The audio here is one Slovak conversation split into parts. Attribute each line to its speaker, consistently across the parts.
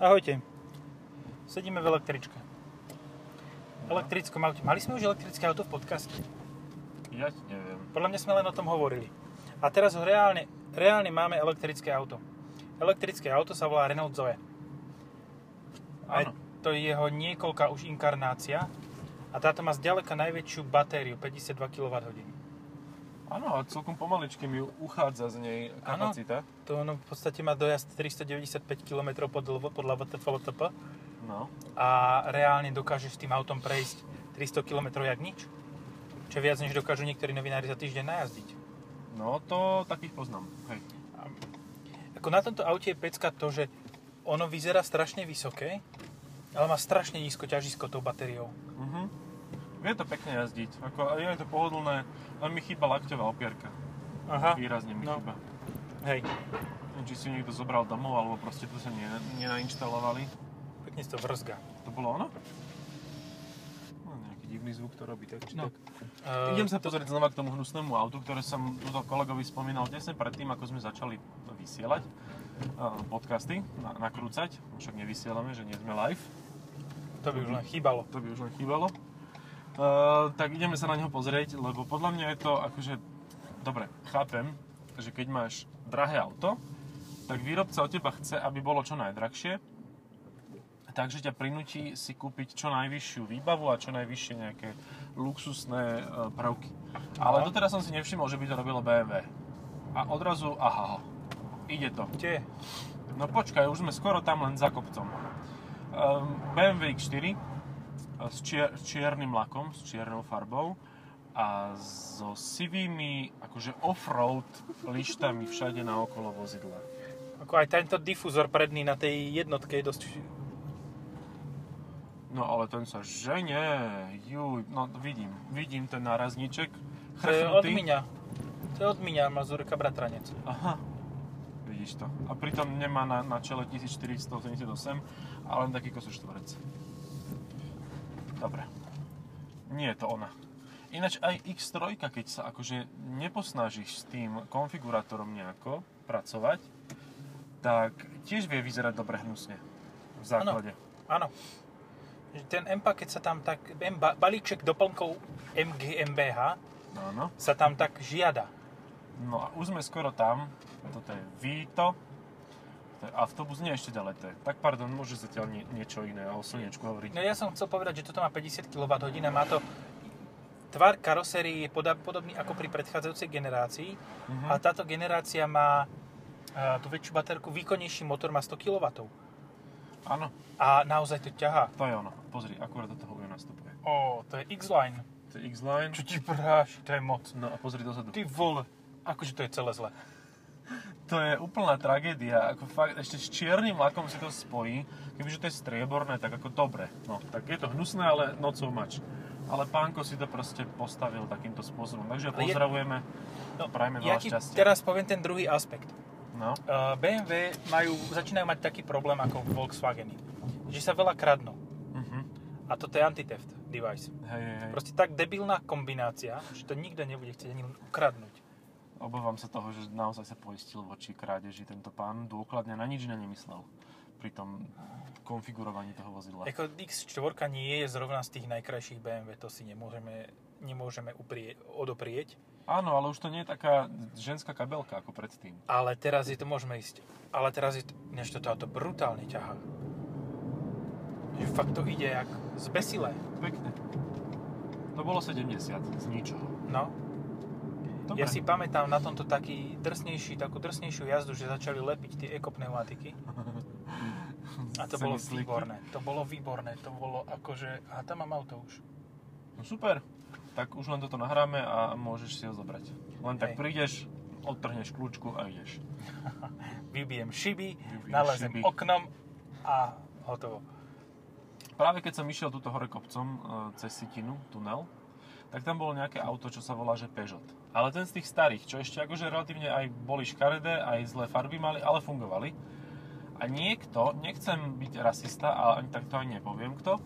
Speaker 1: Ahojte. Sedíme v električke. V elektrickom aute. Mali sme už elektrické auto v podcaste?
Speaker 2: Ja ti neviem.
Speaker 1: Podľa mňa sme len o tom hovorili. A teraz ho reálne, reálne máme elektrické auto. Elektrické auto sa volá Renault Zoe. A je
Speaker 2: Áno.
Speaker 1: to jeho niekoľká už inkarnácia. A táto má zďaleka najväčšiu batériu, 52 kWh.
Speaker 2: Áno, a celkom pomaličky mi uchádza z nej
Speaker 1: Áno.
Speaker 2: kapacita.
Speaker 1: To ono v podstate má dojazd 395 km podľa, podľa VTFLTP
Speaker 2: No.
Speaker 1: a reálne dokážeš s tým autom prejsť 300 km jak nič. Čo je viac, než dokážu niektorí novinári za týždeň najazdiť.
Speaker 2: No, to takých poznám. Hej.
Speaker 1: Ako na tomto aute je pecka to, že ono vyzerá strašne vysoké, ale má strašne nízko ťažisko tou batériou.
Speaker 2: Mhm. Vie to pekne jazdiť. Ako, je to pohodlné, len mi chýba lakťová opierka.
Speaker 1: Aha.
Speaker 2: Výrazne mi
Speaker 1: no.
Speaker 2: chýba.
Speaker 1: Hej,
Speaker 2: Neviem, či si ju niekto zobral domov, alebo proste to sa ne, nenainštalovali.
Speaker 1: pekne si to vrzga.
Speaker 2: To bolo ono? No, nejaký divný zvuk to robí, tak či
Speaker 1: No.
Speaker 2: tak.
Speaker 1: Uh,
Speaker 2: Idem sa pozrieť znova k tomu hnusnému autu, ktoré som tuto kolegovi spomínal tesne predtým, ako sme začali vysielať eh, podcasty, na- nakrúcať. Však nevysielame, že nie sme live.
Speaker 1: To by už len chýbalo.
Speaker 2: To by už len chýbalo. Eh, tak ideme sa na neho pozrieť, lebo podľa mňa je to akože... Dobre, chápem, že keď máš drahé auto, tak výrobca od teba chce, aby bolo čo najdrahšie, takže ťa prinúti si kúpiť čo najvyššiu výbavu a čo najvyššie nejaké luxusné eh, prvky. Ale
Speaker 1: Aha.
Speaker 2: doteraz som si nevšimol, že by to robilo BMW. A odrazu, aha, ide to.
Speaker 1: Kde je?
Speaker 2: No počkaj, už sme skoro tam len za kopcom. Ehm, BMW X4 e, s, čier, s čiernym lakom, s čiernou farbou a so sivými, akože off-road lištami všade na okolo vozidla.
Speaker 1: Ako aj tento difúzor predný na tej jednotke je dosť...
Speaker 2: No ale ten sa žene, juj, no vidím, vidím ten nárazníček,
Speaker 1: To je od
Speaker 2: chrchnutý.
Speaker 1: mňa. To je od mňa, Mazurka bratranec.
Speaker 2: Aha, vidíš to. A pritom nemá na, na čele 1488, ale len taký kosoš štvorec. Dobre. Nie je to ona. Ináč aj X3, keď sa akože neposnažíš s tým konfigurátorom nejako pracovať, tak tiež vie vyzerať dobre hnusne. V základe.
Speaker 1: Áno. Že Ten M-paket sa tam tak... M ba- balíček doplnkov MGMBH
Speaker 2: Áno.
Speaker 1: sa tam tak žiada.
Speaker 2: No a už sme skoro tam. Toto je Vito. To je autobus, nie ešte ďalej to je. Tak pardon, môže zatiaľ nie, niečo iné o slnečku hovoriť.
Speaker 1: No ja som chcel povedať, že toto má 50 kWh, má to tvar karosérie je poda- podobný ako pri predchádzajúcej generácii
Speaker 2: Mhm.
Speaker 1: a táto generácia má a, tú väčšiu baterku, výkonnejší motor má 100 kW
Speaker 2: Áno,
Speaker 1: a naozaj to ťahá.
Speaker 2: To je ono. Pozri, akurát do toho ju nastupuje.
Speaker 1: Ó, to je X-Line.
Speaker 2: To je X-Line.
Speaker 1: Čo ti práši, to je moc.
Speaker 2: No a pozri dozadu.
Speaker 1: Ty vole, akože to je celé zle.
Speaker 2: To je úplná tragédia. Ako fakt, ešte s čiernym lakom si to spojí. Kebyže to je strieborné, tak ako dobre. No, tak je to hnusné, ale nocou mač. Ale pánko si to proste postavil takýmto spôsobom. Takže
Speaker 1: Ale je-
Speaker 2: pozdravujeme.
Speaker 1: No,
Speaker 2: Prajme
Speaker 1: Ja
Speaker 2: veľa
Speaker 1: ti
Speaker 2: šťastia.
Speaker 1: teraz poviem ten druhý aspekt. E,
Speaker 2: No,
Speaker 1: Uh, BMW majú, začínajú mať taký problém ako Volkswageny, že sa veľa kradnú.
Speaker 2: mhm.
Speaker 1: A toto je anti-theft device.
Speaker 2: Hej, hej, hej.
Speaker 1: Proste tak debilná kombinácia, že to nikto nebude chcieť ani len ukradnúť.
Speaker 2: Obávam sa toho, že naozaj sa poistil voči krádeži tento pán. Dôkladne na nič iné nemyslel pri tom konfigurovaní toho vozidla.
Speaker 1: Ako X4 nie je zrovna z tých najkrajších BMW, to si nemôžeme, nemôžeme uprie, odoprieť.
Speaker 2: Áno, ale už to nie je taká ženská kabelka ako predtým.
Speaker 1: Ale teraz je to, môžeme ísť. Ale teraz je to, než toto auto brutálne ťahá. Že fakt to ide jak zbesilé.
Speaker 2: Pekne. To bolo 70 z ničoho.
Speaker 1: No,
Speaker 2: Dobre.
Speaker 1: ja si pamätám na tomto taký drsnejší, takú drsnejšiu jazdu, že začali lepiť tie ekopneumatiky. A to bolo
Speaker 2: Cenisliky.
Speaker 1: výborné. To bolo výborné. To bolo akože... A tam mám auto už.
Speaker 2: No super. Tak už len toto nahráme a môžeš si ho zobrať. Len
Speaker 1: Hej.
Speaker 2: tak prídeš, odtrhneš kľúčku a ideš.
Speaker 1: vybijem šiby,
Speaker 2: Vybijem
Speaker 1: nalezem
Speaker 2: šiby.
Speaker 1: oknom a hotovo.
Speaker 2: Práve keď som išiel túto hore kopcom e, cez Sitinu, tunel, tak tam bolo nejaké auto, čo sa volá, že Peugeot. Ale ten z tých starých, čo ešte akože relatívne aj boli škaredé, aj zlé farby mali, ale fungovali. A niekto, nechcem byť rasista, ale ani tak to ani nepoviem kto, e,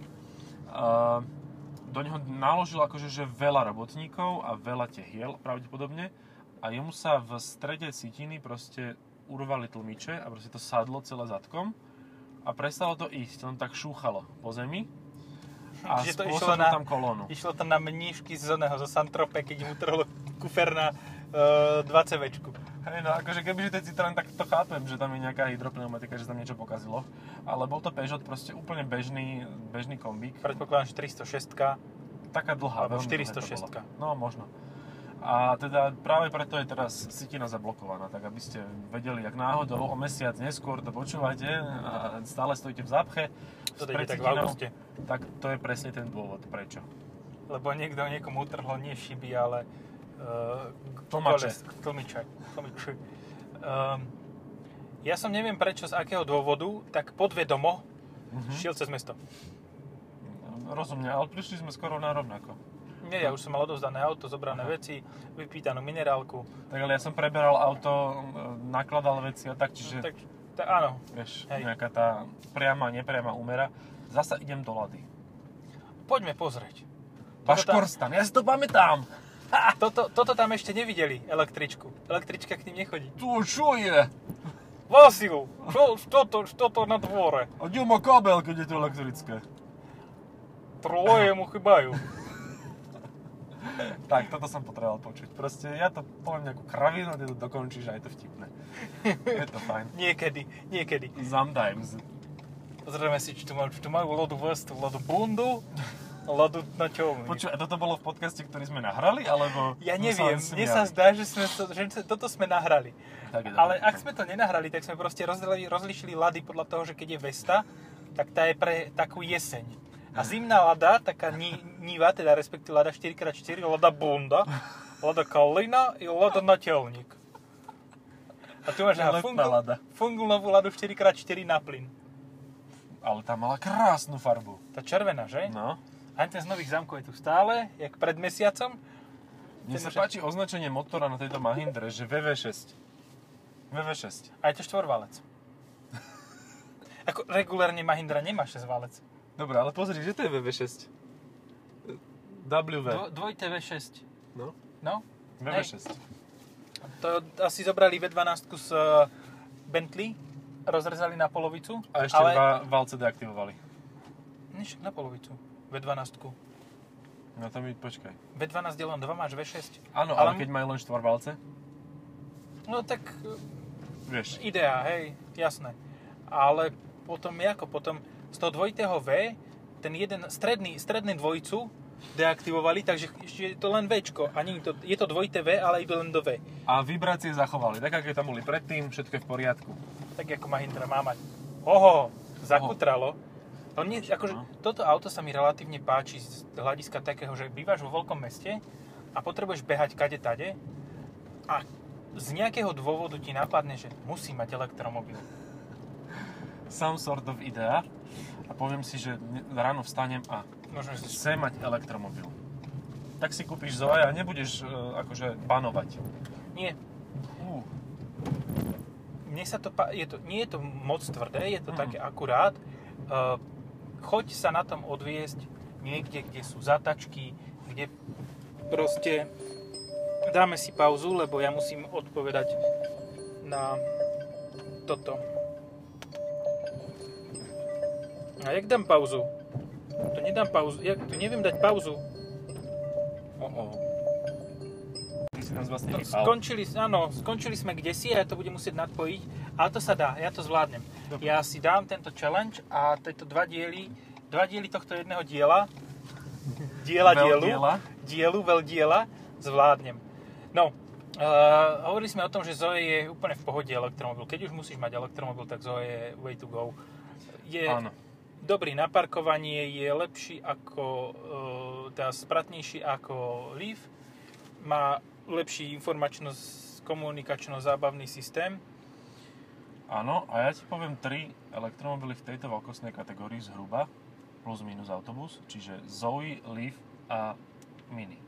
Speaker 2: do neho naložil akože že veľa robotníkov a veľa tehiel pravdepodobne a jemu sa v strede sitiny proste urvali tlmiče a proste to sadlo celé zadkom a a prestalo to ísť, len tak šúchalo po zemi a
Speaker 1: Čiže to išlo
Speaker 2: spôsobilo
Speaker 1: na-
Speaker 2: tam kolónu.
Speaker 1: Išlo to na mníšky z oného, zo Santrope, keď mu trhlo kufer na e, 20 večku.
Speaker 2: Hej, no akože kebyže ten Citroen, tak to chápem, že tam je nejaká hydropneumatika, že sa tam niečo pokazilo. Ale bol to Peugeot proste úplne bežný, bežný kombík.
Speaker 1: Predpokladám, že 306
Speaker 2: Taká dlhá.
Speaker 1: Alebo
Speaker 2: veľmi dlhé to
Speaker 1: 406.
Speaker 2: bola. No, možno. A teda práve preto je teraz sitina zablokovaná, tak aby ste vedeli, ak náhodou o mesiac neskôr to počúvate a stále stojíte v zápche,
Speaker 1: to
Speaker 2: pred
Speaker 1: ide tak v
Speaker 2: sitinou,
Speaker 1: auguste.
Speaker 2: tak to je presne ten dôvod, prečo.
Speaker 1: Lebo niekto niekomu utrhlo nie šiby, ale e,
Speaker 2: Tlmače.
Speaker 1: koles- Tlmiče. Tlmiče. Ehm, ja som neviem prečo, z akého dôvodu, tak podvedomo
Speaker 2: Mhm.
Speaker 1: šiel cez mesto.
Speaker 2: Rozumne, ale prišli sme skoro na rovnako.
Speaker 1: Nie, ja už som mal odovzdané auto, zobrané
Speaker 2: Aha.
Speaker 1: veci, vypítanú minerálku.
Speaker 2: Tak ale ja som preberal auto, e, nakladal veci a tak, čiže
Speaker 1: Tak, tá, áno,
Speaker 2: vieš,
Speaker 1: Hej.
Speaker 2: nejaká tá priama, nepriama úmera. Zasa idem do Lady.
Speaker 1: poďme pozrieť.
Speaker 2: Baškorstan, ja si to pamätám.
Speaker 1: Toto, toto tam ešte nevideli, električku. Električka k ním nechodí.
Speaker 2: Tu čo je?
Speaker 1: Vasil, čo, čo, to, čo to na dvore?
Speaker 2: A kde má kábel, keď je to elektrické?
Speaker 1: Troje mu chybajú.
Speaker 2: Tak, toto som potreboval počuť. Proste ja to poviem nejakú kravinu, ty to dokončíš a je to vtipné. Je to fajn.
Speaker 1: Niekedy, niekedy.
Speaker 2: Sometimes.
Speaker 1: Pozrieme si, či tu majú, či tu majú lodu vestu, lodu bundu, lodu na čom.
Speaker 2: Počuj, no a toto bolo v podcaste, ktorý sme nahrali, alebo...
Speaker 1: Ja
Speaker 2: sme
Speaker 1: neviem,
Speaker 2: len
Speaker 1: mne sa
Speaker 2: smiali?
Speaker 1: zdá, že, sme to, že toto sme nahrali.
Speaker 2: Tak je
Speaker 1: Ale
Speaker 2: dobre.
Speaker 1: ak sme to nenahrali, tak sme proste rozdeli, rozlišili lady podľa toho, že keď je Vesta, tak tá je pre takú jeseň.
Speaker 2: Hm.
Speaker 1: A zimná lada, taká ni, niva, teda respektíve lada 4x4, lada bunda, lada kalina i lada natelník. A tu máš aha,
Speaker 2: Letná
Speaker 1: fungl,
Speaker 2: lada.
Speaker 1: fungl novú ladu 4x4 na plyn.
Speaker 2: Ale tá mala krásnu farbu.
Speaker 1: Tá červená, že? No.
Speaker 2: No.
Speaker 1: Ani ten z nových zámkov je tu stále, jak pred mesiacom.
Speaker 2: Mne
Speaker 1: Ten
Speaker 2: sa
Speaker 1: už-
Speaker 2: páči označenie motora na tejto Mahindre, že VV6. VV6.
Speaker 1: A je to štvorvalec. Ako regulérne Mahindra nemá 6 válec.
Speaker 2: Dobre, ale pozri, že to je VV6. W.
Speaker 1: Dvo, dvojité V6.
Speaker 2: No.
Speaker 1: No,
Speaker 2: VV6.
Speaker 1: To asi zobrali V12 z eh, Bentley, rozrezali na polovicu.
Speaker 2: A ešte ale... dva valce deaktivovali.
Speaker 1: Nie, však na polovicu. V12.
Speaker 2: No to mi počkaj.
Speaker 1: V12 je len 2, máš V6.
Speaker 2: Áno,
Speaker 1: Ale-
Speaker 2: ale, keď majú len štvorvalce,
Speaker 1: No tak eh,
Speaker 2: vieš.
Speaker 1: ideá, hej, jasné. Ale potom, ako potom, z toho dvojitého V, ten jeden stredný, stredný dvojicu deaktivovali, takže ešte je to len Včko. A nie je to, je to dvojité V, ale iba len do V.
Speaker 2: A vibrácie zachovali, tak ako tam boli predtým, všetko je v poriadku.
Speaker 1: tak ako Mahindra má mať. Oho, zakutralo. To nie, akože,
Speaker 2: no.
Speaker 1: toto auto sa mi relatívne páči z hľadiska takého, že bývaš vo veľkom meste a potrebuješ behať kade tade a z nejakého dôvodu ti napadne, že musí mať elektromobil.
Speaker 2: Some sort of idea. A poviem si, že dne- ráno vstanem a
Speaker 1: Môžeme si...
Speaker 2: chcem mať elektromobil. Tak si kúpiš Zoe a nebudeš e, akože banovať.
Speaker 1: Nie,
Speaker 2: Uh,
Speaker 1: mne sa to, pá- je to, nie je to moc tvrdé, je to
Speaker 2: Mhm.
Speaker 1: také akurát. Uh, choď sa na tom odviesť niekde, kde sú zatačky, kde proste dáme si pauzu, lebo ja musím odpovedať na toto. A jak dám pauzu? To nedám pauzu, ja to neviem dať pauzu.
Speaker 2: oh, oh. Ty si nás vlastne
Speaker 1: To
Speaker 2: vypal.
Speaker 1: skončili, áno, skončili sme kde si a ja to budem musieť nadpojiť, ale to sa dá, ja to zvládnem.
Speaker 2: Dobre.
Speaker 1: Ja si dám tento challenge a tieto dva diely, dva diely tohto jedného diela, diela dielu,
Speaker 2: Veľdiela.
Speaker 1: dielu, veľ diela, zvládnem. No, uh, hovorili sme o tom, že Zoe je úplne v pohode elektromobil. Keď už musíš mať elektromobil, tak Zoe je way to go. Je
Speaker 2: Áno.
Speaker 1: dobrý na parkovanie, je lepší ako, e, teda spratnejší ako Leaf, má lepší informačno komunikačno-zábavný systém.
Speaker 2: Áno, a ja ti poviem tri elektromobily v tejto veľkostnej kategórii zhruba, plus minus autobus, čiže Zoe, Leaf a Mini.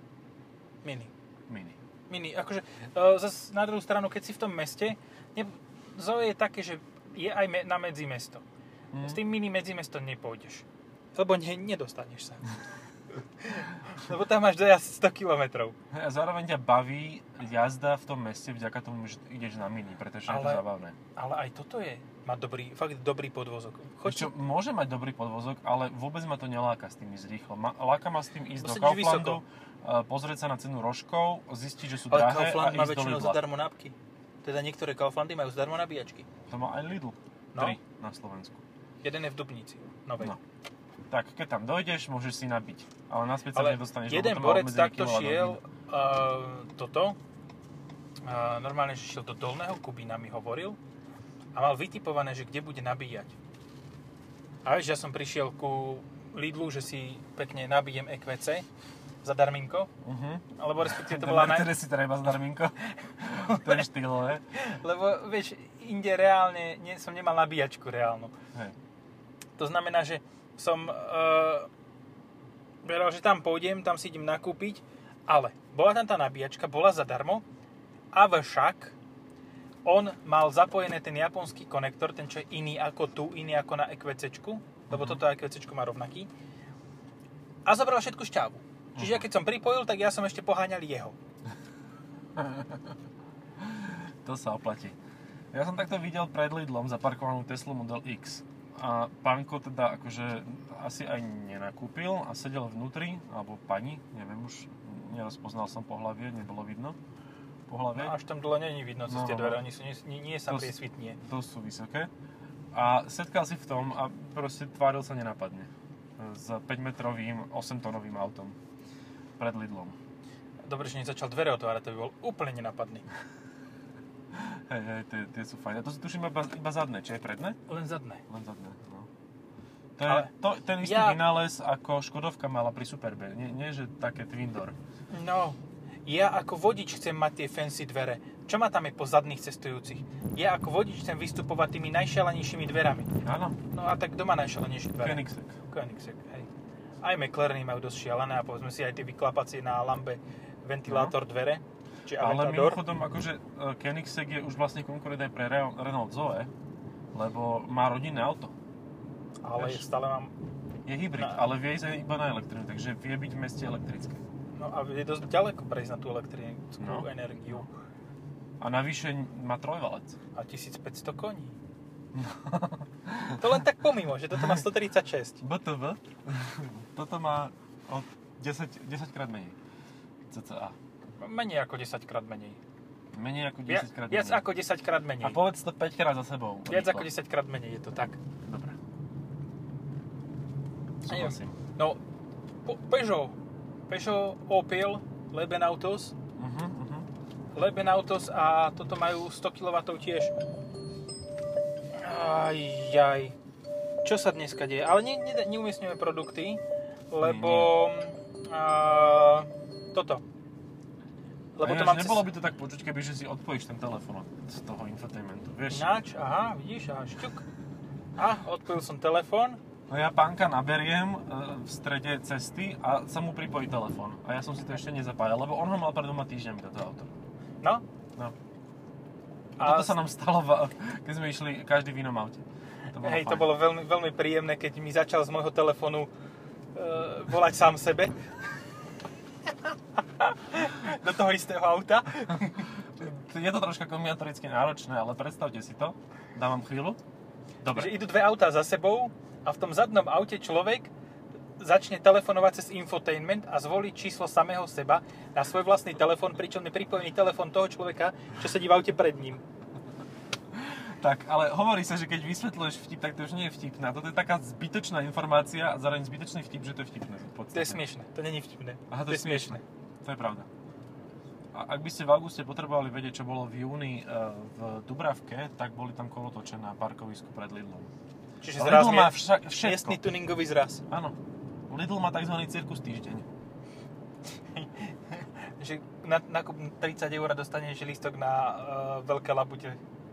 Speaker 1: Mini.
Speaker 2: Mini.
Speaker 1: Mini, akože e, zas na druhú stranu, keď si v tom meste, ne, Zoe je také, že je aj me, na medzimesto.
Speaker 2: Mm.
Speaker 1: S tým mini medzimesto nepôjdeš. Lebo ne, nedostaneš sa. Lebo tam máš dojazd 100 km.
Speaker 2: Hej, Hm, a zároveň ťa baví jazda v tom meste vďaka tomu, že ideš na mini, pretože je
Speaker 1: Ale-
Speaker 2: to zabavné.
Speaker 1: Ale aj toto je. Má dobrý, fakt dobrý podvozok.
Speaker 2: Vieš čo,
Speaker 1: Choď,
Speaker 2: môže mať dobrý podvozok, ale vôbec ma to neláka s tým ísť rýchlo. Ma, láka ma s tým ísť
Speaker 1: Lebo
Speaker 2: do
Speaker 1: sedíš
Speaker 2: Kauflandu, eh, pozrieť sa na cenu rožkov, zistiť, že sú
Speaker 1: ale
Speaker 2: drahé
Speaker 1: Kaufland
Speaker 2: a
Speaker 1: má
Speaker 2: ísť do
Speaker 1: väčšinou
Speaker 2: Lidla.
Speaker 1: zadarmo nápky. Teda niektoré Kauflandy majú zadarmo nabíjačky.
Speaker 2: To má aj Lidl.
Speaker 1: No.
Speaker 2: Tri na Slovensku.
Speaker 1: Jeden je v Dubnici. Novej.
Speaker 2: No. Tak, keď tam dojdeš, môžeš si nabiť. Ale naspäť sa
Speaker 1: Ale
Speaker 2: nedostaneš,
Speaker 1: jeden
Speaker 2: lebo to má
Speaker 1: borec
Speaker 2: obmedzený
Speaker 1: takto
Speaker 2: kilowatt
Speaker 1: šiel
Speaker 2: hodín.
Speaker 1: uh, toto. Uh, normálne, že šiel do Dolného Kubína, mi hovoril. A mal vytipované, že kde bude nabíjať. A vieš, ja som prišiel ku Lidlu, že si pekne nabijem EQC za darminko.
Speaker 2: Mhm.
Speaker 1: Alebo respektíve to
Speaker 2: Ten
Speaker 1: bola naj...
Speaker 2: Mercedes si treba zdarminko. to je štýlové.
Speaker 1: Lebo vieš, inde reálne nie, som nemal nabíjačku reálnu.
Speaker 2: Hej.
Speaker 1: To znamená, že som uh, veral, že tam pôjdem, tam si idem nakúpiť, ale bola tam tá nabíjačka, bola zadarmo, avšak on mal zapojené ten japonský konektor, ten čo je iný ako tu, iný ako na EQC, lebo
Speaker 2: Mhm.
Speaker 1: toto EQC má rovnaký, a zobral všetku šťávu. Čiže
Speaker 2: Mhm.
Speaker 1: ja keď som pripojil, tak ja som ešte poháňal jeho.
Speaker 2: To sa oplatí. Ja som takto videl pred Lidlom zaparkovanú Teslu Model X. A pánko teda akože asi aj nenakúpil a sedel vnútri, alebo pani, neviem už, nerozpoznal som pohlavie, nebolo vidno
Speaker 1: No,
Speaker 2: pohlavie.
Speaker 1: až tam dole není vidno cez
Speaker 2: No,
Speaker 1: tie
Speaker 2: no,
Speaker 1: dvere,
Speaker 2: no.
Speaker 1: oni sú, nie, nie, nie sa
Speaker 2: To s-
Speaker 1: priesvitnie.
Speaker 2: dosť sú vysoké. A setkal si v tom a proste tváril sa nenapadne. S 5-metrovým, 8-tonovým autom. Pred Lidlom.
Speaker 1: Dobre, že nezačal dvere otvárať, to by bol úplne nenapadný.
Speaker 2: Hej, hej, tie, tie sú fajn. A to sú tuším iba, iba zadné, čo je predné?
Speaker 1: Len zadné.
Speaker 2: Len zadné, no. To je
Speaker 1: Ale-
Speaker 2: to, ten istý
Speaker 1: Ja-
Speaker 2: vynález, ako Škodovka mala pri Superbe. Nie, nie že také Twin Door.
Speaker 1: No, ja ako vodič chcem mať tie fancy dvere. Čo ma tam je po zadných cestujúcich? Ja ako vodič chcem vystupovať tými najšialenejšími dverami.
Speaker 2: Áno,
Speaker 1: No a tak kto má najšialenejšie dvere?
Speaker 2: Koenigsegg.
Speaker 1: Koenigsegg, hej. Aj McLareny majú dosť šialené a povedzme si aj tie vyklapacie na lambe ventilátor dvere. Či
Speaker 2: No. Ale
Speaker 1: aventador.
Speaker 2: mimochodom, akože e, Koenigsegg je už vlastne konkurent aj pre Re- Renault Zoe, lebo má rodinné auto.
Speaker 1: Ale
Speaker 2: vieš.
Speaker 1: stále mám...
Speaker 2: Je hybrid,
Speaker 1: Na-
Speaker 2: ale vie ísť aj iba na elektrinu, takže vie byť v meste elektrické.
Speaker 1: No a je dosť ďaleko prejsť na tú elektrinickú
Speaker 2: No.
Speaker 1: energiu.
Speaker 2: A navyše má trojvalec.
Speaker 1: A 1500 koní. to len tak pomimo, že toto má 136.
Speaker 2: BTV? Toto má od 10, 10 krát menej. CCA.
Speaker 1: Menej ako 10 krát menej.
Speaker 2: Menej ako
Speaker 1: Via-
Speaker 2: 10 krát
Speaker 1: Viac
Speaker 2: menej.
Speaker 1: ako 10 krát menej.
Speaker 2: A povedz to 5 krát za sebou.
Speaker 1: Viac ako 10 krát menej je to tak.
Speaker 2: Dobre.
Speaker 1: Neviem.
Speaker 2: Súhlasím.
Speaker 1: No, po- Peugeot. Peugeot, Opel, Lebenautos.
Speaker 2: Mhm, mhm.
Speaker 1: Lebenautos a toto majú 100 kW tiež. Aj, aj. Čo sa dneska deje? Ale ne, ne, neumiestňujeme produkty, lebo... A, toto. Lebo
Speaker 2: A
Speaker 1: to
Speaker 2: ináč
Speaker 1: mám
Speaker 2: nebolo by to tak počuť, keby že si odpojíš ten telefón od z toho infotainmentu, vieš?
Speaker 1: Ináč, aha, vidíš, aha, šťuk. A, odpojil som telefón.
Speaker 2: No ja pánka naberiem e, v strede cesty a sa mu pripojí telefón. A ja som si to ešte nezapájal, lebo on ho mal pred dvoma týždňami, toto auto.
Speaker 1: No,
Speaker 2: No.
Speaker 1: A
Speaker 2: A toto sa nám stalo, v- keď sme išli každý v inom aute. To
Speaker 1: Hej, to
Speaker 2: fajn.
Speaker 1: bolo veľmi, veľmi príjemné, keď mi začal z môjho telefónu e, volať sám sebe. Do toho istého auta.
Speaker 2: Je to troška kombinatoricky náročné, ale predstavte si to. Dám vám chvíľu.
Speaker 1: Že
Speaker 2: Dobre.
Speaker 1: idú dve autá za sebou a v tom zadnom aute človek začne telefonovať cez infotainment a zvolí číslo samého seba na svoj vlastný telefón, pričom je pripojený telefón toho človeka, čo sedí v aute pred ním.
Speaker 2: Tak, ale hovorí sa, že keď vysvetľuješ vtip, tak to už nie je vtipná. Toto je taká zbytočná informácia a zároveň zbytočný vtip, že to je vtipné. v
Speaker 1: To
Speaker 2: podstate.
Speaker 1: je smiešne, to není vtipné.
Speaker 2: Aha, to, je smiešne. To je pravda. A ak by ste v auguste potrebovali vedieť, čo bolo v júni e, v Dubravke, tak boli tam kolotoče na parkovisku pred Lidlom.
Speaker 1: Čiže zraz
Speaker 2: Lidl
Speaker 1: má
Speaker 2: má vša- všetko.
Speaker 1: miestny tuningový zraz.
Speaker 2: Áno. Lidl má tzv. cirkus týždeň.
Speaker 1: že na, na kup 30 eur dostaneš listok na uh, veľké labute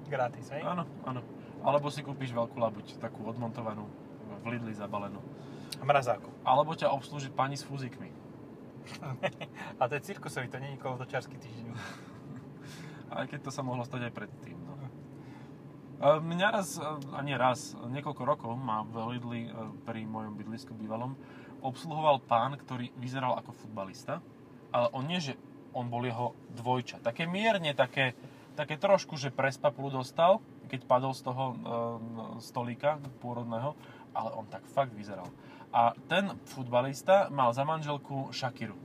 Speaker 1: gratis, hej?
Speaker 2: Áno, áno. Alebo si kúpiš veľkú labuť, takú odmontovanú, v Lidli zabalenú.
Speaker 1: A Mrazáku.
Speaker 2: Alebo ťa obslúži pani s fúzikmi.
Speaker 1: A to je cirkusový, to nie je kolotočársky týždeň.
Speaker 2: Aj keď to sa mohlo stať aj predtým. No. E, Mňa raz, e, a nie raz, e, niekoľko rokov ma v Lidli e, pri mojom bydlisku bývalom obsluhoval pán, ktorý vyzeral ako futbalista, ale on nie, že on bol jeho dvojča. Také mierne, také, také trošku, že prespapulu dostal, keď padol z toho e, stolíka pôrodného, ale on tak fakt vyzeral. A ten futbalista mal za manželku Shakiru.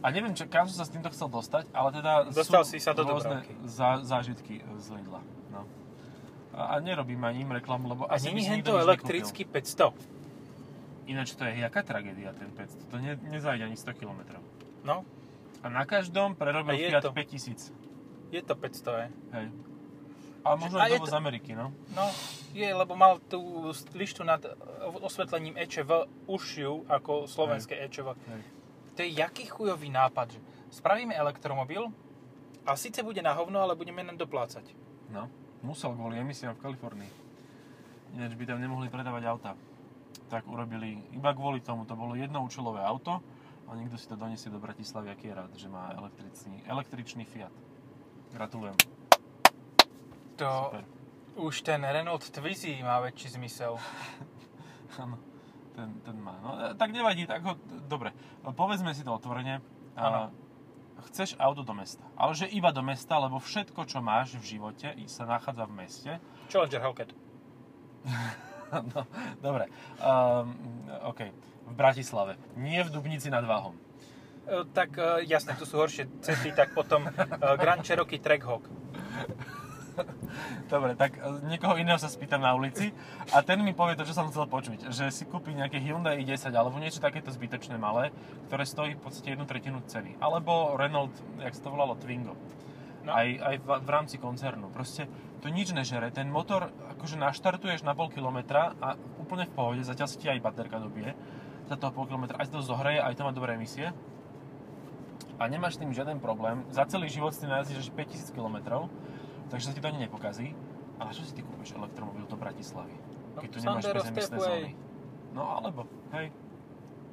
Speaker 2: A neviem, čo, kam som sa s týmto chcel dostať, ale teda
Speaker 1: Dostal si sa do
Speaker 2: rôzne
Speaker 1: Dobravky.
Speaker 2: zá, zážitky z Lidla. No. A, a nerobím ani im reklamu, lebo
Speaker 1: A
Speaker 2: asi by
Speaker 1: není
Speaker 2: si nikto
Speaker 1: hento
Speaker 2: nič
Speaker 1: elektrický 500.
Speaker 2: nekúpil. Ináč to je jaká tragédia ten 500, to ne, nezajde ani 100 km.
Speaker 1: No,
Speaker 2: A na každom
Speaker 1: A
Speaker 2: prerobil
Speaker 1: je
Speaker 2: Fiat
Speaker 1: to.
Speaker 2: 5000.
Speaker 1: je to 500, je.
Speaker 2: Hej. A možno
Speaker 1: a je
Speaker 2: aj dovoz
Speaker 1: to-
Speaker 2: z Ameriky, no.
Speaker 1: No, je, lebo mal tú lištu nad e, osvetlením EČV užšiu ako slovenské EČV.
Speaker 2: Hej.
Speaker 1: To je jaký chujový nápad, že spravíme elektromobil a síce bude na hovno, ale budeme len doplácať.
Speaker 2: No, musel kvôli emisiám v Kalifornii. Ináč by tam nemohli predávať auta. Tak urobili iba kvôli tomu. To bolo jednoučelové auto a niekto si to donesie do Bratislavy, aký je rád, že má električný, električný Fiat. Gratulujem.
Speaker 1: To
Speaker 2: Super.
Speaker 1: už ten Renault Twizy má väčší zmysel.
Speaker 2: Áno, ten, ten má. No, e, tak nevadí, tak ho, dobre, povedzme si to otvorene. A,
Speaker 1: Áno.
Speaker 2: chceš auto do mesta, ale že iba do mesta, lebo všetko, čo máš v živote, i- sa nachádza v meste.
Speaker 1: Challenger Hellcat.
Speaker 2: no, dobre, um, OK, v Bratislave, nie v Dubnici nad Váhom.
Speaker 1: E, tak e, jasné, tu sú horšie cesty, tak potom e, Grand Cherokee No, Trackhawk.
Speaker 2: Dobre, tak e, niekoho iného sa spýtam na ulici a ten mi povie to, čo som chcel počuť. Že si kúpi nejaké Hyundai i10 alebo niečo takéto zbytočné malé, ktoré stojí v podstate jednu tretinu ceny. Alebo Renault, jak sa to volalo, Twingo.
Speaker 1: No.
Speaker 2: Aj, aj v, v rámci koncernu. Proste to nič nežere. Ten motor akože naštartuješ na pol kilometra a úplne v pohode, zatiaľ si ti aj baterka dobije za toho pol kilometra. Aj to zohreje, aj to má dobré emisie. A nemáš s tým žiaden problém. Za celý život si najazdíš až 5000 km, takže sa ti to ani nepokazí. A na čo si ty kúpiš elektromobil do Bratislavy? Keď tu nemáš
Speaker 1: Sandero
Speaker 2: bezemisné
Speaker 1: No, Stepway.
Speaker 2: zóny. No alebo, hej.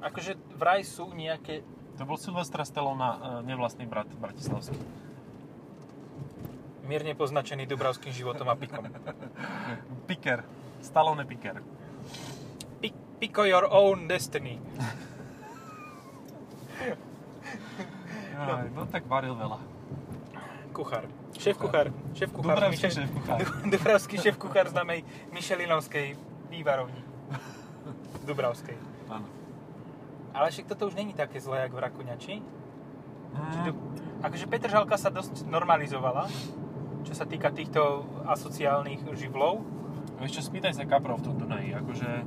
Speaker 1: Akože vraj sú nejaké...
Speaker 2: To bol Silvestra Stelona, e, nevlastný brat bratislavský.
Speaker 1: mierne poznačený dubravským životom a pikom.
Speaker 2: Piker. Stallone Piker.
Speaker 1: Pick, pico your own destiny.
Speaker 2: Aj, no tak varil veľa.
Speaker 1: Kuchár. Šéf kuchár. Šéf kuchár.
Speaker 2: Dubravský šéf kuchár.
Speaker 1: Dubravský šéf kuchár známej Michelinovskej vývarovni. Dubravskej.
Speaker 2: Áno.
Speaker 1: Ale však toto už není také zlé, jak v Rakuňači. Či
Speaker 2: Mm,
Speaker 1: tu- Akože Petržalka sa dosť normalizovala, čo sa týka týchto asociálnych živlov.
Speaker 2: vieš čo, spýtaj sa kaprov v tom Dunaji. Akože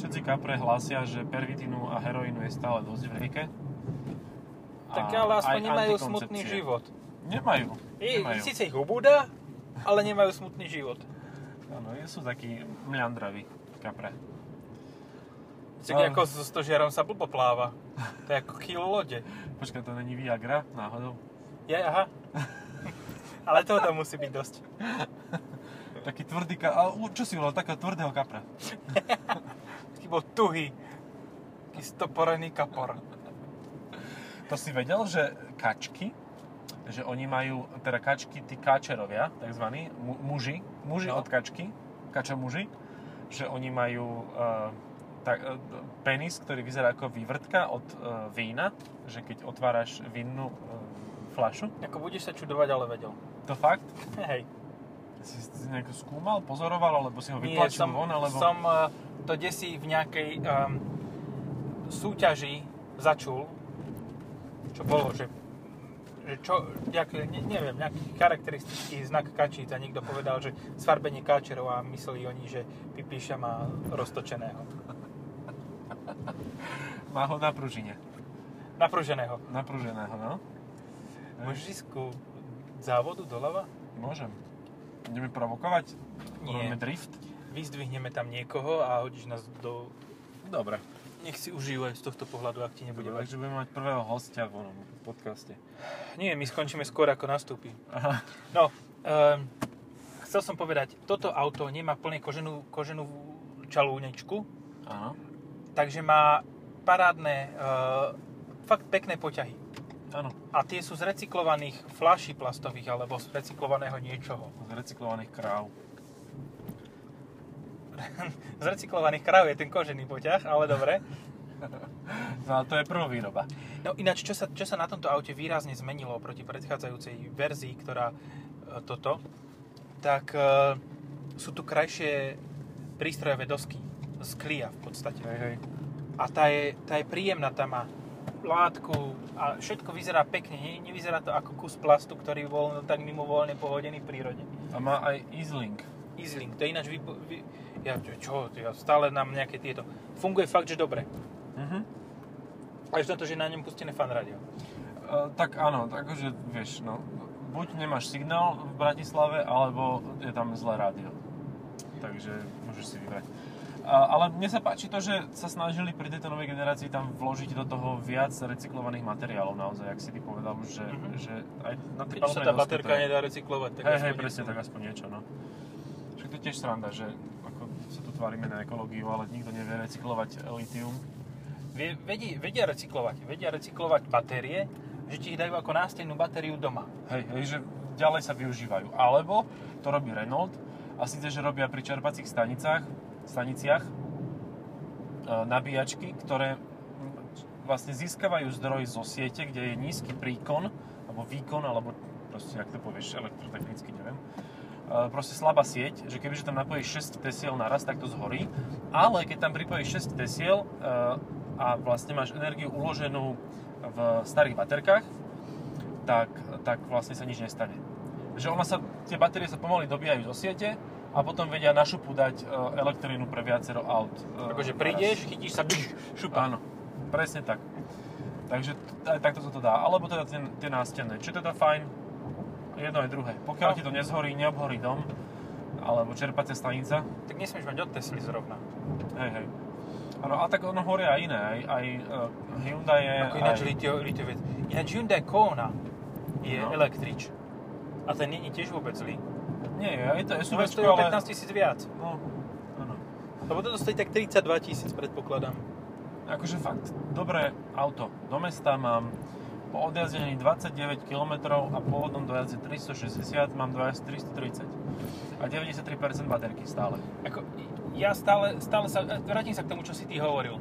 Speaker 2: všetci kapre hlásia, že pervitinu a heroínu je stále dosť v rieke.
Speaker 1: Tak
Speaker 2: A
Speaker 1: ale
Speaker 2: aj
Speaker 1: aspoň nemajú
Speaker 2: antikoncepcie.
Speaker 1: smutný život.
Speaker 2: Nemajú.
Speaker 1: I,
Speaker 2: nemajú.
Speaker 1: síce ich ubúda, ale nemajú smutný život.
Speaker 2: Áno, sú takí mľandraví kapre.
Speaker 1: Tak
Speaker 2: Áno.
Speaker 1: ako so stožiarom sa blbo pláva. To je ako kilo lode.
Speaker 2: Počkaj, to není Viagra náhodou?
Speaker 1: Ja, aha. Ale toho tam musí byť dosť.
Speaker 2: Taký tvrdý ka... A u- čo si volal? Takého tvrdého kapra.
Speaker 1: Taký bol tuhý. Taký stoporený kapor.
Speaker 2: To si vedel, že kačky, že oni majú, teda kačky, tí káčerovia, takzvaní, mu- muži, muži
Speaker 1: No.
Speaker 2: od kačky, kačomuži, že oni majú uh, tak, uh, penis, ktorý vyzerá ako vývrtka od uh, vína, že keď otváraš vinnú uh, flašu,
Speaker 1: Ako budeš sa čudovať, ale vedel.
Speaker 2: to fakt,
Speaker 1: Hej.
Speaker 2: si si nejako skúmal, pozoroval, alebo si ho
Speaker 1: Nie,
Speaker 2: vytlačil
Speaker 1: som,
Speaker 2: von, alebo...
Speaker 1: som eh, to desi v nejakej um, súťaži začul, čo bolo, že, že čo, nejaké, ne, neviem, nejaký charakteristický znak kačíc a niekto povedal, že sfarbenie káčerov a mysleli oni, že Pipíša má roztočeného.
Speaker 2: Má ho na pružine,
Speaker 1: Napruženého.
Speaker 2: napruženého, no.
Speaker 1: Môžeš ísť ku závodu doľava?
Speaker 2: Môžem. Ideme provokovať? Urobíme drift?
Speaker 1: Vyzdvihneme tam niekoho a hodíš nás do...
Speaker 2: Dobre.
Speaker 1: Nech si užijú aj z tohto pohľadu, ak ti nebude
Speaker 2: Budeme,
Speaker 1: vadiť.
Speaker 2: takže budeme mať prvého hostia v onom podcaste.
Speaker 1: Nie, my skončíme skôr, ako nastúpi.
Speaker 2: Aha.
Speaker 1: No, um, chcel som povedať, toto auto nemá plne koženú, koženú čalúnečku,
Speaker 2: Áno.
Speaker 1: takže má parádne, uh, fakt ehm, pekné poťahy.
Speaker 2: Áno,
Speaker 1: A tie sú z recyklovaných fľaší plastových alebo z recyklovaného niečoho.
Speaker 2: z recyklovaných kráv.
Speaker 1: Z recyklovaných kráv je ten kožený poťah, ale dobre.
Speaker 2: No, ale to je prvovýroba.
Speaker 1: No ináč, čo sa, čo sa na tomto aute výrazne zmenilo oproti predchádzajúcej verzii, ktorá e, toto, tak e, sú tu krajšie prístrojové dosky z klia v podstate.
Speaker 2: Hej, hej.
Speaker 1: A tá je, tá je príjemná, tá má látku a všetko vyzerá pekne, ne, nevyzerá to ako kus plastu, ktorý bol tak mimovoľne pohodený v prírode.
Speaker 2: A má aj Easlink.
Speaker 1: Easlink, to je ináč vy, vy, ja, čo, ja stále nám nejaké tieto. Funguje fakt, že dobre.
Speaker 2: Mhm.
Speaker 1: Až na to, že je na ňom pustené fan rádio.
Speaker 2: E, tak áno, takže vieš, no, buď nemáš signál v Bratislave, alebo je tam zlé rádio. Takže môžeš si vybrať. A, ale mne sa páči to, že sa snažili pri tejto novej generácii tam vložiť do toho viac recyklovaných materiálov naozaj, ak si ty povedal, že,
Speaker 1: Mhm.
Speaker 2: že aj na tej
Speaker 1: Keď sa tá
Speaker 2: palmovej doske to
Speaker 1: baterka
Speaker 2: je-
Speaker 1: nedá recyklovať, tak
Speaker 2: Hej,
Speaker 1: aspoň
Speaker 2: hej, presne,
Speaker 1: niečo.
Speaker 2: tak aspoň niečo, no. Však to je tiež sranda, že ako sa tu tvárime na ekológiu, ale nikto nevie recyklovať litium.
Speaker 1: Vie, vedie, vedia recyklovať, vedia recyklovať batérie, že ti ich dajú ako nástejnú batériu doma.
Speaker 2: Hej, hej, že ďalej sa využívajú. Alebo to robí Renault a síce, že robia pri čerpacích stanicách, staniciach e, nabíjačky, ktoré m, vlastne získavajú zdroj zo siete, kde je nízky príkon, alebo výkon, alebo proste, jak to povieš, elektrotechnicky, neviem. E, proste slabá sieť, že kebyže tam napojíš 6 tesiel naraz, tak to zhorí, ale keď tam pripojíš 6 tesiel e, a vlastne máš energiu uloženú v starých baterkách, tak, tak vlastne sa nič nestane. Že ona sa, tie batérie sa pomaly dobíjajú do siete a potom vedia na šupu dať e, elektrínu pre viacero aut. e,
Speaker 1: Akože
Speaker 2: naraz.
Speaker 1: prídeš, chytíš sa, bš, šupa.
Speaker 2: Áno, presne tak. Takže t- aj takto sa to dá. Alebo teda tie, tie nástenné. Čo je teda fajn? Jedno aj druhé. Pokiaľ
Speaker 1: No.
Speaker 2: ti to nezhorí, neobhorí dom, alebo čerpacia stanica.
Speaker 1: Tak nesmieš mať od Tesly zrovna.
Speaker 2: Hej, hej. Áno, a tak ono horia aj iné. Aj, aj e, Hyundai je...
Speaker 1: Ako ináč
Speaker 2: aj...
Speaker 1: litio, litiovec. Ináč Hyundai Kona je
Speaker 2: No.
Speaker 1: električ. A ten není tiež vôbec zlý.
Speaker 2: Nie, je
Speaker 1: No,
Speaker 2: to SUV,
Speaker 1: stojí o
Speaker 2: ale...
Speaker 1: 15 tisíc viac.
Speaker 2: No, áno.
Speaker 1: Lebo toto stojí tak 32 tisíc, predpokladám.
Speaker 2: Akože fakt, dobré auto. Do mesta mám po odjazdení 29 km a pôvodnom dojazde 360 mám dojazd 330. A 93% baterky stále.
Speaker 1: Ako, ja stále, stále sa, e, vrátim sa k tomu, čo si ty hovoril.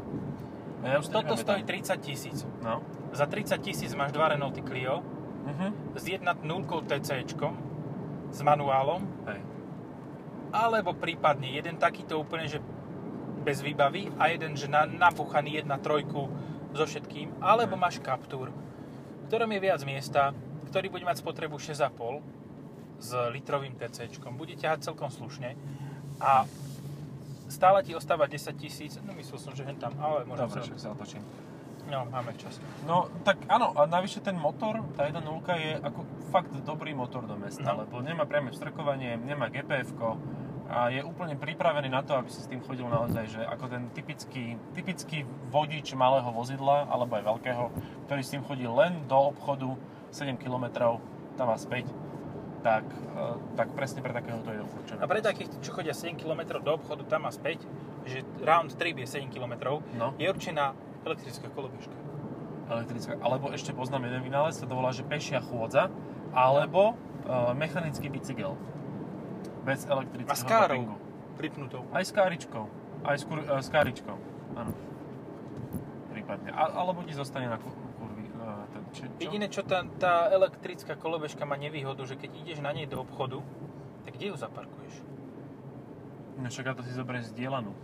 Speaker 2: A Ja už to
Speaker 1: Toto stojí
Speaker 2: nepamätám.
Speaker 1: 30 tisíc.
Speaker 2: No.
Speaker 1: Za 30 tisíc máš dva Renaulty Clio
Speaker 2: Mhm.
Speaker 1: s 1.0 TC s manuálom,
Speaker 2: Hej.
Speaker 1: alebo prípadne jeden takýto úplne, že bez výbavy a jeden, že na, napúchaný 1.3 so všetkým, alebo
Speaker 2: Mhm.
Speaker 1: máš Captur, v ktorom je viac miesta, ktorý bude mať spotrebu 6,5 s litrovým TC, bude ťahať celkom slušne a stále ti ostáva 10 tisíc, no myslel som, že hen tam, ale možno
Speaker 2: Dobre,
Speaker 1: sa...
Speaker 2: však sa otočím.
Speaker 1: No, máme čas.
Speaker 2: No, tak áno, a navyše ten motor, tá 1.0 je ako fakt dobrý motor do mesta,
Speaker 1: No.
Speaker 2: lebo nemá priame vstrkovanie, nemá gpf a je úplne pripravený na to, aby si s tým chodil naozaj, že ako ten typický, typický vodič malého vozidla, alebo aj veľkého, ktorý s tým chodí len do obchodu 7 km tam a späť, tak, e, tak presne pre takého to je určené.
Speaker 1: A pre takých, čo chodia 7 km do obchodu tam a späť, že round trip je 7 km,
Speaker 2: No,
Speaker 1: je určená elektrická kolobežka.
Speaker 2: elektrická. Alebo ešte poznám jeden vynález, sa to volá, že pešia chôdza, alebo e, mechanický bicykel. Bez elektrického
Speaker 1: A s károu.
Speaker 2: dopingu.
Speaker 1: Pripnutou.
Speaker 2: Aj s káričkou. Aj s, kur, e, s káričkou. Áno. Prípadne. A, alebo ti zostane na kur, kurvy. E, ten, či, čo?
Speaker 1: Jediné, čo tá, tá elektrická kolobežka má nevýhodu, že keď ideš na nej do obchodu, tak kde ju zaparkuješ?
Speaker 2: No však a to si zoberieš zdieľanú.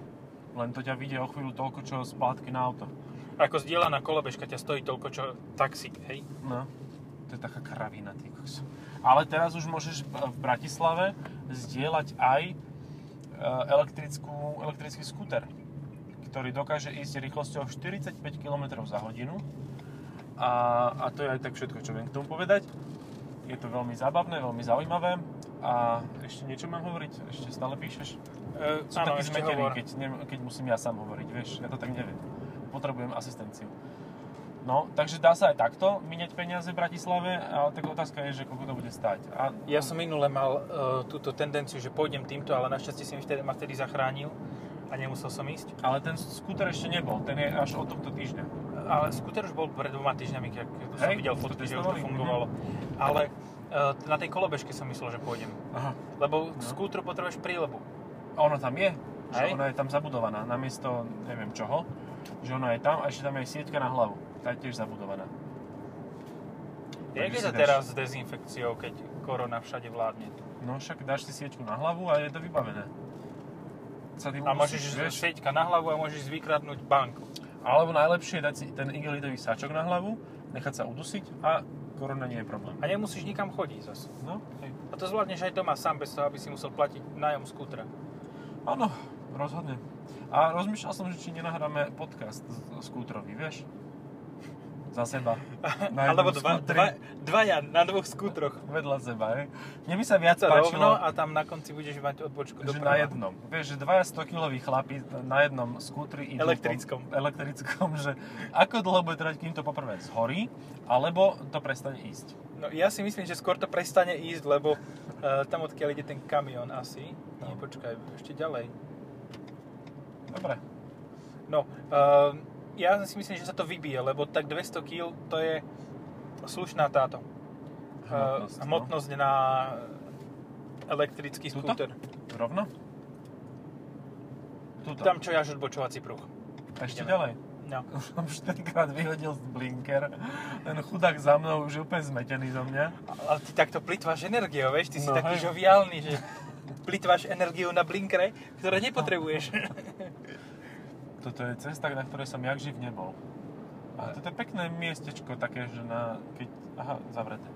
Speaker 2: Len to ťa vyjde o chvíľu toľko, čo splátky na auto.
Speaker 1: Ako zdieľaná kolobežka ťa stojí toľko, čo taxík, hej?
Speaker 2: No. To je taká kravina, ty kokso. Ale teraz už môžeš eh, v- v Bratislave zdieľať aj e, elektrickú, elektrický skúter, ktorý dokáže ísť rýchlosťou 45 km za hodinu. A, a to je aj tak všetko, čo viem k tomu povedať. Je to veľmi zábavné, veľmi zaujímavé. A ešte niečo mám hovoriť? Ešte stále píšeš?
Speaker 1: E,
Speaker 2: Som taký
Speaker 1: ešte
Speaker 2: zmetený,
Speaker 1: hovor.
Speaker 2: keď, ne, keď musím ja sám hovoriť, vieš, ja to tak neviem. Potrebujem asistenciu. No, takže dá sa aj takto miniať peniaze v Bratislave, ale tak otázka je, že koľko to bude stať. A,
Speaker 1: Ja som minule mal e, túto tendenciu, že pôjdem týmto, ale našťastie si mi vtedy, ma vtedy zachránil a nemusel som ísť.
Speaker 2: Ale ten skúter ešte nebol, ten je až od tohto týždňa.
Speaker 1: E, ale skúter už bol pred dvoma týždňami, keď keď som
Speaker 2: Hej,
Speaker 1: videl
Speaker 2: to Mhm.
Speaker 1: fotky, že už to
Speaker 2: testovali?
Speaker 1: fungovalo. Ale e, na tej kolobežke som myslel, že pôjdem.
Speaker 2: Aha.
Speaker 1: Lebo k
Speaker 2: No.
Speaker 1: skútru potrebuješ prílebu.
Speaker 2: A ona tam je. Že
Speaker 1: Hej.
Speaker 2: ona je tam zabudovaná, namiesto neviem čoho. Že ona je tam a ešte tam je aj sieťka na hlavu. Tá je tiež zabudovaná.
Speaker 1: Jak
Speaker 2: Takže
Speaker 1: je
Speaker 2: si
Speaker 1: to
Speaker 2: dáš-
Speaker 1: teraz s dezinfekciou, keď korona všade vládne?
Speaker 2: No však dáš si sieťku na hlavu a je to vybavené. Sa tým
Speaker 1: A môžeš
Speaker 2: udusíš, vieš?
Speaker 1: sieťka na hlavu a môžeš vykradnúť banku.
Speaker 2: Alebo najlepšie je dať si ten igelitový sáčok na hlavu, nechať sa udusiť a korona nie je problém.
Speaker 1: A nemusíš nikam chodiť zase.
Speaker 2: No, hej.
Speaker 1: A to zvládneš aj doma sám bez toho, aby si musel platiť nájom skútra.
Speaker 2: Áno, rozhodne. A rozmýšľal som, že či nenahráme podcast z- z skútrový, vieš? Za seba. Na jednom
Speaker 1: Alebo dva,
Speaker 2: skútri
Speaker 1: dva, dvaja na dvoch skútroch.
Speaker 2: Vedľa seba, hej. Mne by sa viac
Speaker 1: To rovno
Speaker 2: páčilo,
Speaker 1: a tam na konci budeš mať odbočku
Speaker 2: že na
Speaker 1: doprava.
Speaker 2: jednom. Vieš, že dvaja 100-kilový chlapi na jednom skútri idú
Speaker 1: Elektrickom.
Speaker 2: Po, elektrickom, že ako dlho bude trvať, kým to poprvé zhorí, alebo to prestane ísť.
Speaker 1: No ja si myslím, že skôr to prestane ísť, lebo uh, tam odkiaľ ide ten kamión asi.
Speaker 2: No.
Speaker 1: Nie, počkaj, ešte ďalej.
Speaker 2: Dobre.
Speaker 1: No, uh, ja si myslím, že sa to vybije, lebo tak 200 kg to je slušná táto uh,
Speaker 2: no.
Speaker 1: hmotnosť na elektrický
Speaker 2: Tuto?
Speaker 1: skúter.
Speaker 2: Rovno? Tuto.
Speaker 1: Tam čo je až odbočovací pruh.
Speaker 2: Ešte
Speaker 1: ideme.
Speaker 2: ďalej.
Speaker 1: No.
Speaker 2: Už som 4 krát vyhodil blinker. Ten chudák za mnou už je úplne zmetený zo mňa.
Speaker 1: Ale ty takto plitváš energiou, vieš, ty si
Speaker 2: No,
Speaker 1: taký
Speaker 2: hej.
Speaker 1: žoviálny, že plitváš energiu na blinkre, ktoré nepotrebuješ.
Speaker 2: No. Toto je cesta, na ktorej som jak živ nebol. A toto je pekné miestečko také, že na... Keď... Aha, zavreté.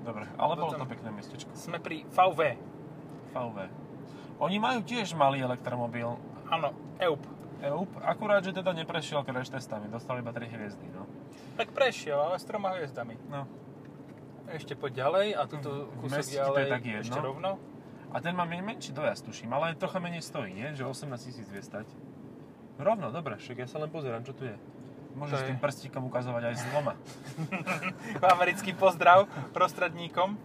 Speaker 2: Dobre, ale bolo to
Speaker 1: Potom-
Speaker 2: pekné miestečko.
Speaker 1: Sme pri VV,
Speaker 2: VV. Oni majú tiež malý elektromobil.
Speaker 1: áno, E EUP.
Speaker 2: EUP, akurát, že teda neprešiel crash testami, dostal iba 3 hviezdy, no.
Speaker 1: Tak prešiel, ale s troma hviezdami.
Speaker 2: no.
Speaker 1: Ešte poď ďalej a tuto
Speaker 2: Mhm.
Speaker 1: kúsok
Speaker 2: Mestí to je no.
Speaker 1: ďalej
Speaker 2: tak jedno.
Speaker 1: ešte rovno.
Speaker 2: A ten má men- menší dojazd, tuším, ale trocha menej stojí, nie? Že 18 tisíc vie stať. Rovno, dobre, však ja sa len pozerám, čo tu je. Môžeš
Speaker 1: To
Speaker 2: s
Speaker 1: je-
Speaker 2: tým prstíkom ukazovať aj s dvoma.
Speaker 1: Americký pozdrav prostredníkom.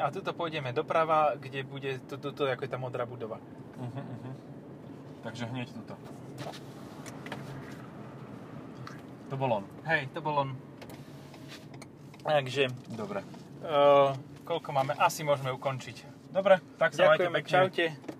Speaker 1: A tuto pôjdeme doprava, kde bude toto, to, ako je tá modrá budova.
Speaker 2: Uh-huh, uh-huh. Takže hneď tuto. To bol on.
Speaker 1: Hej, to bol on. Takže,
Speaker 2: Dobre.
Speaker 1: uh, koľko máme? Asi môžeme ukončiť.
Speaker 2: Dobre, tak sa majte
Speaker 1: Ďakujeme,
Speaker 2: pekne.
Speaker 1: čaute.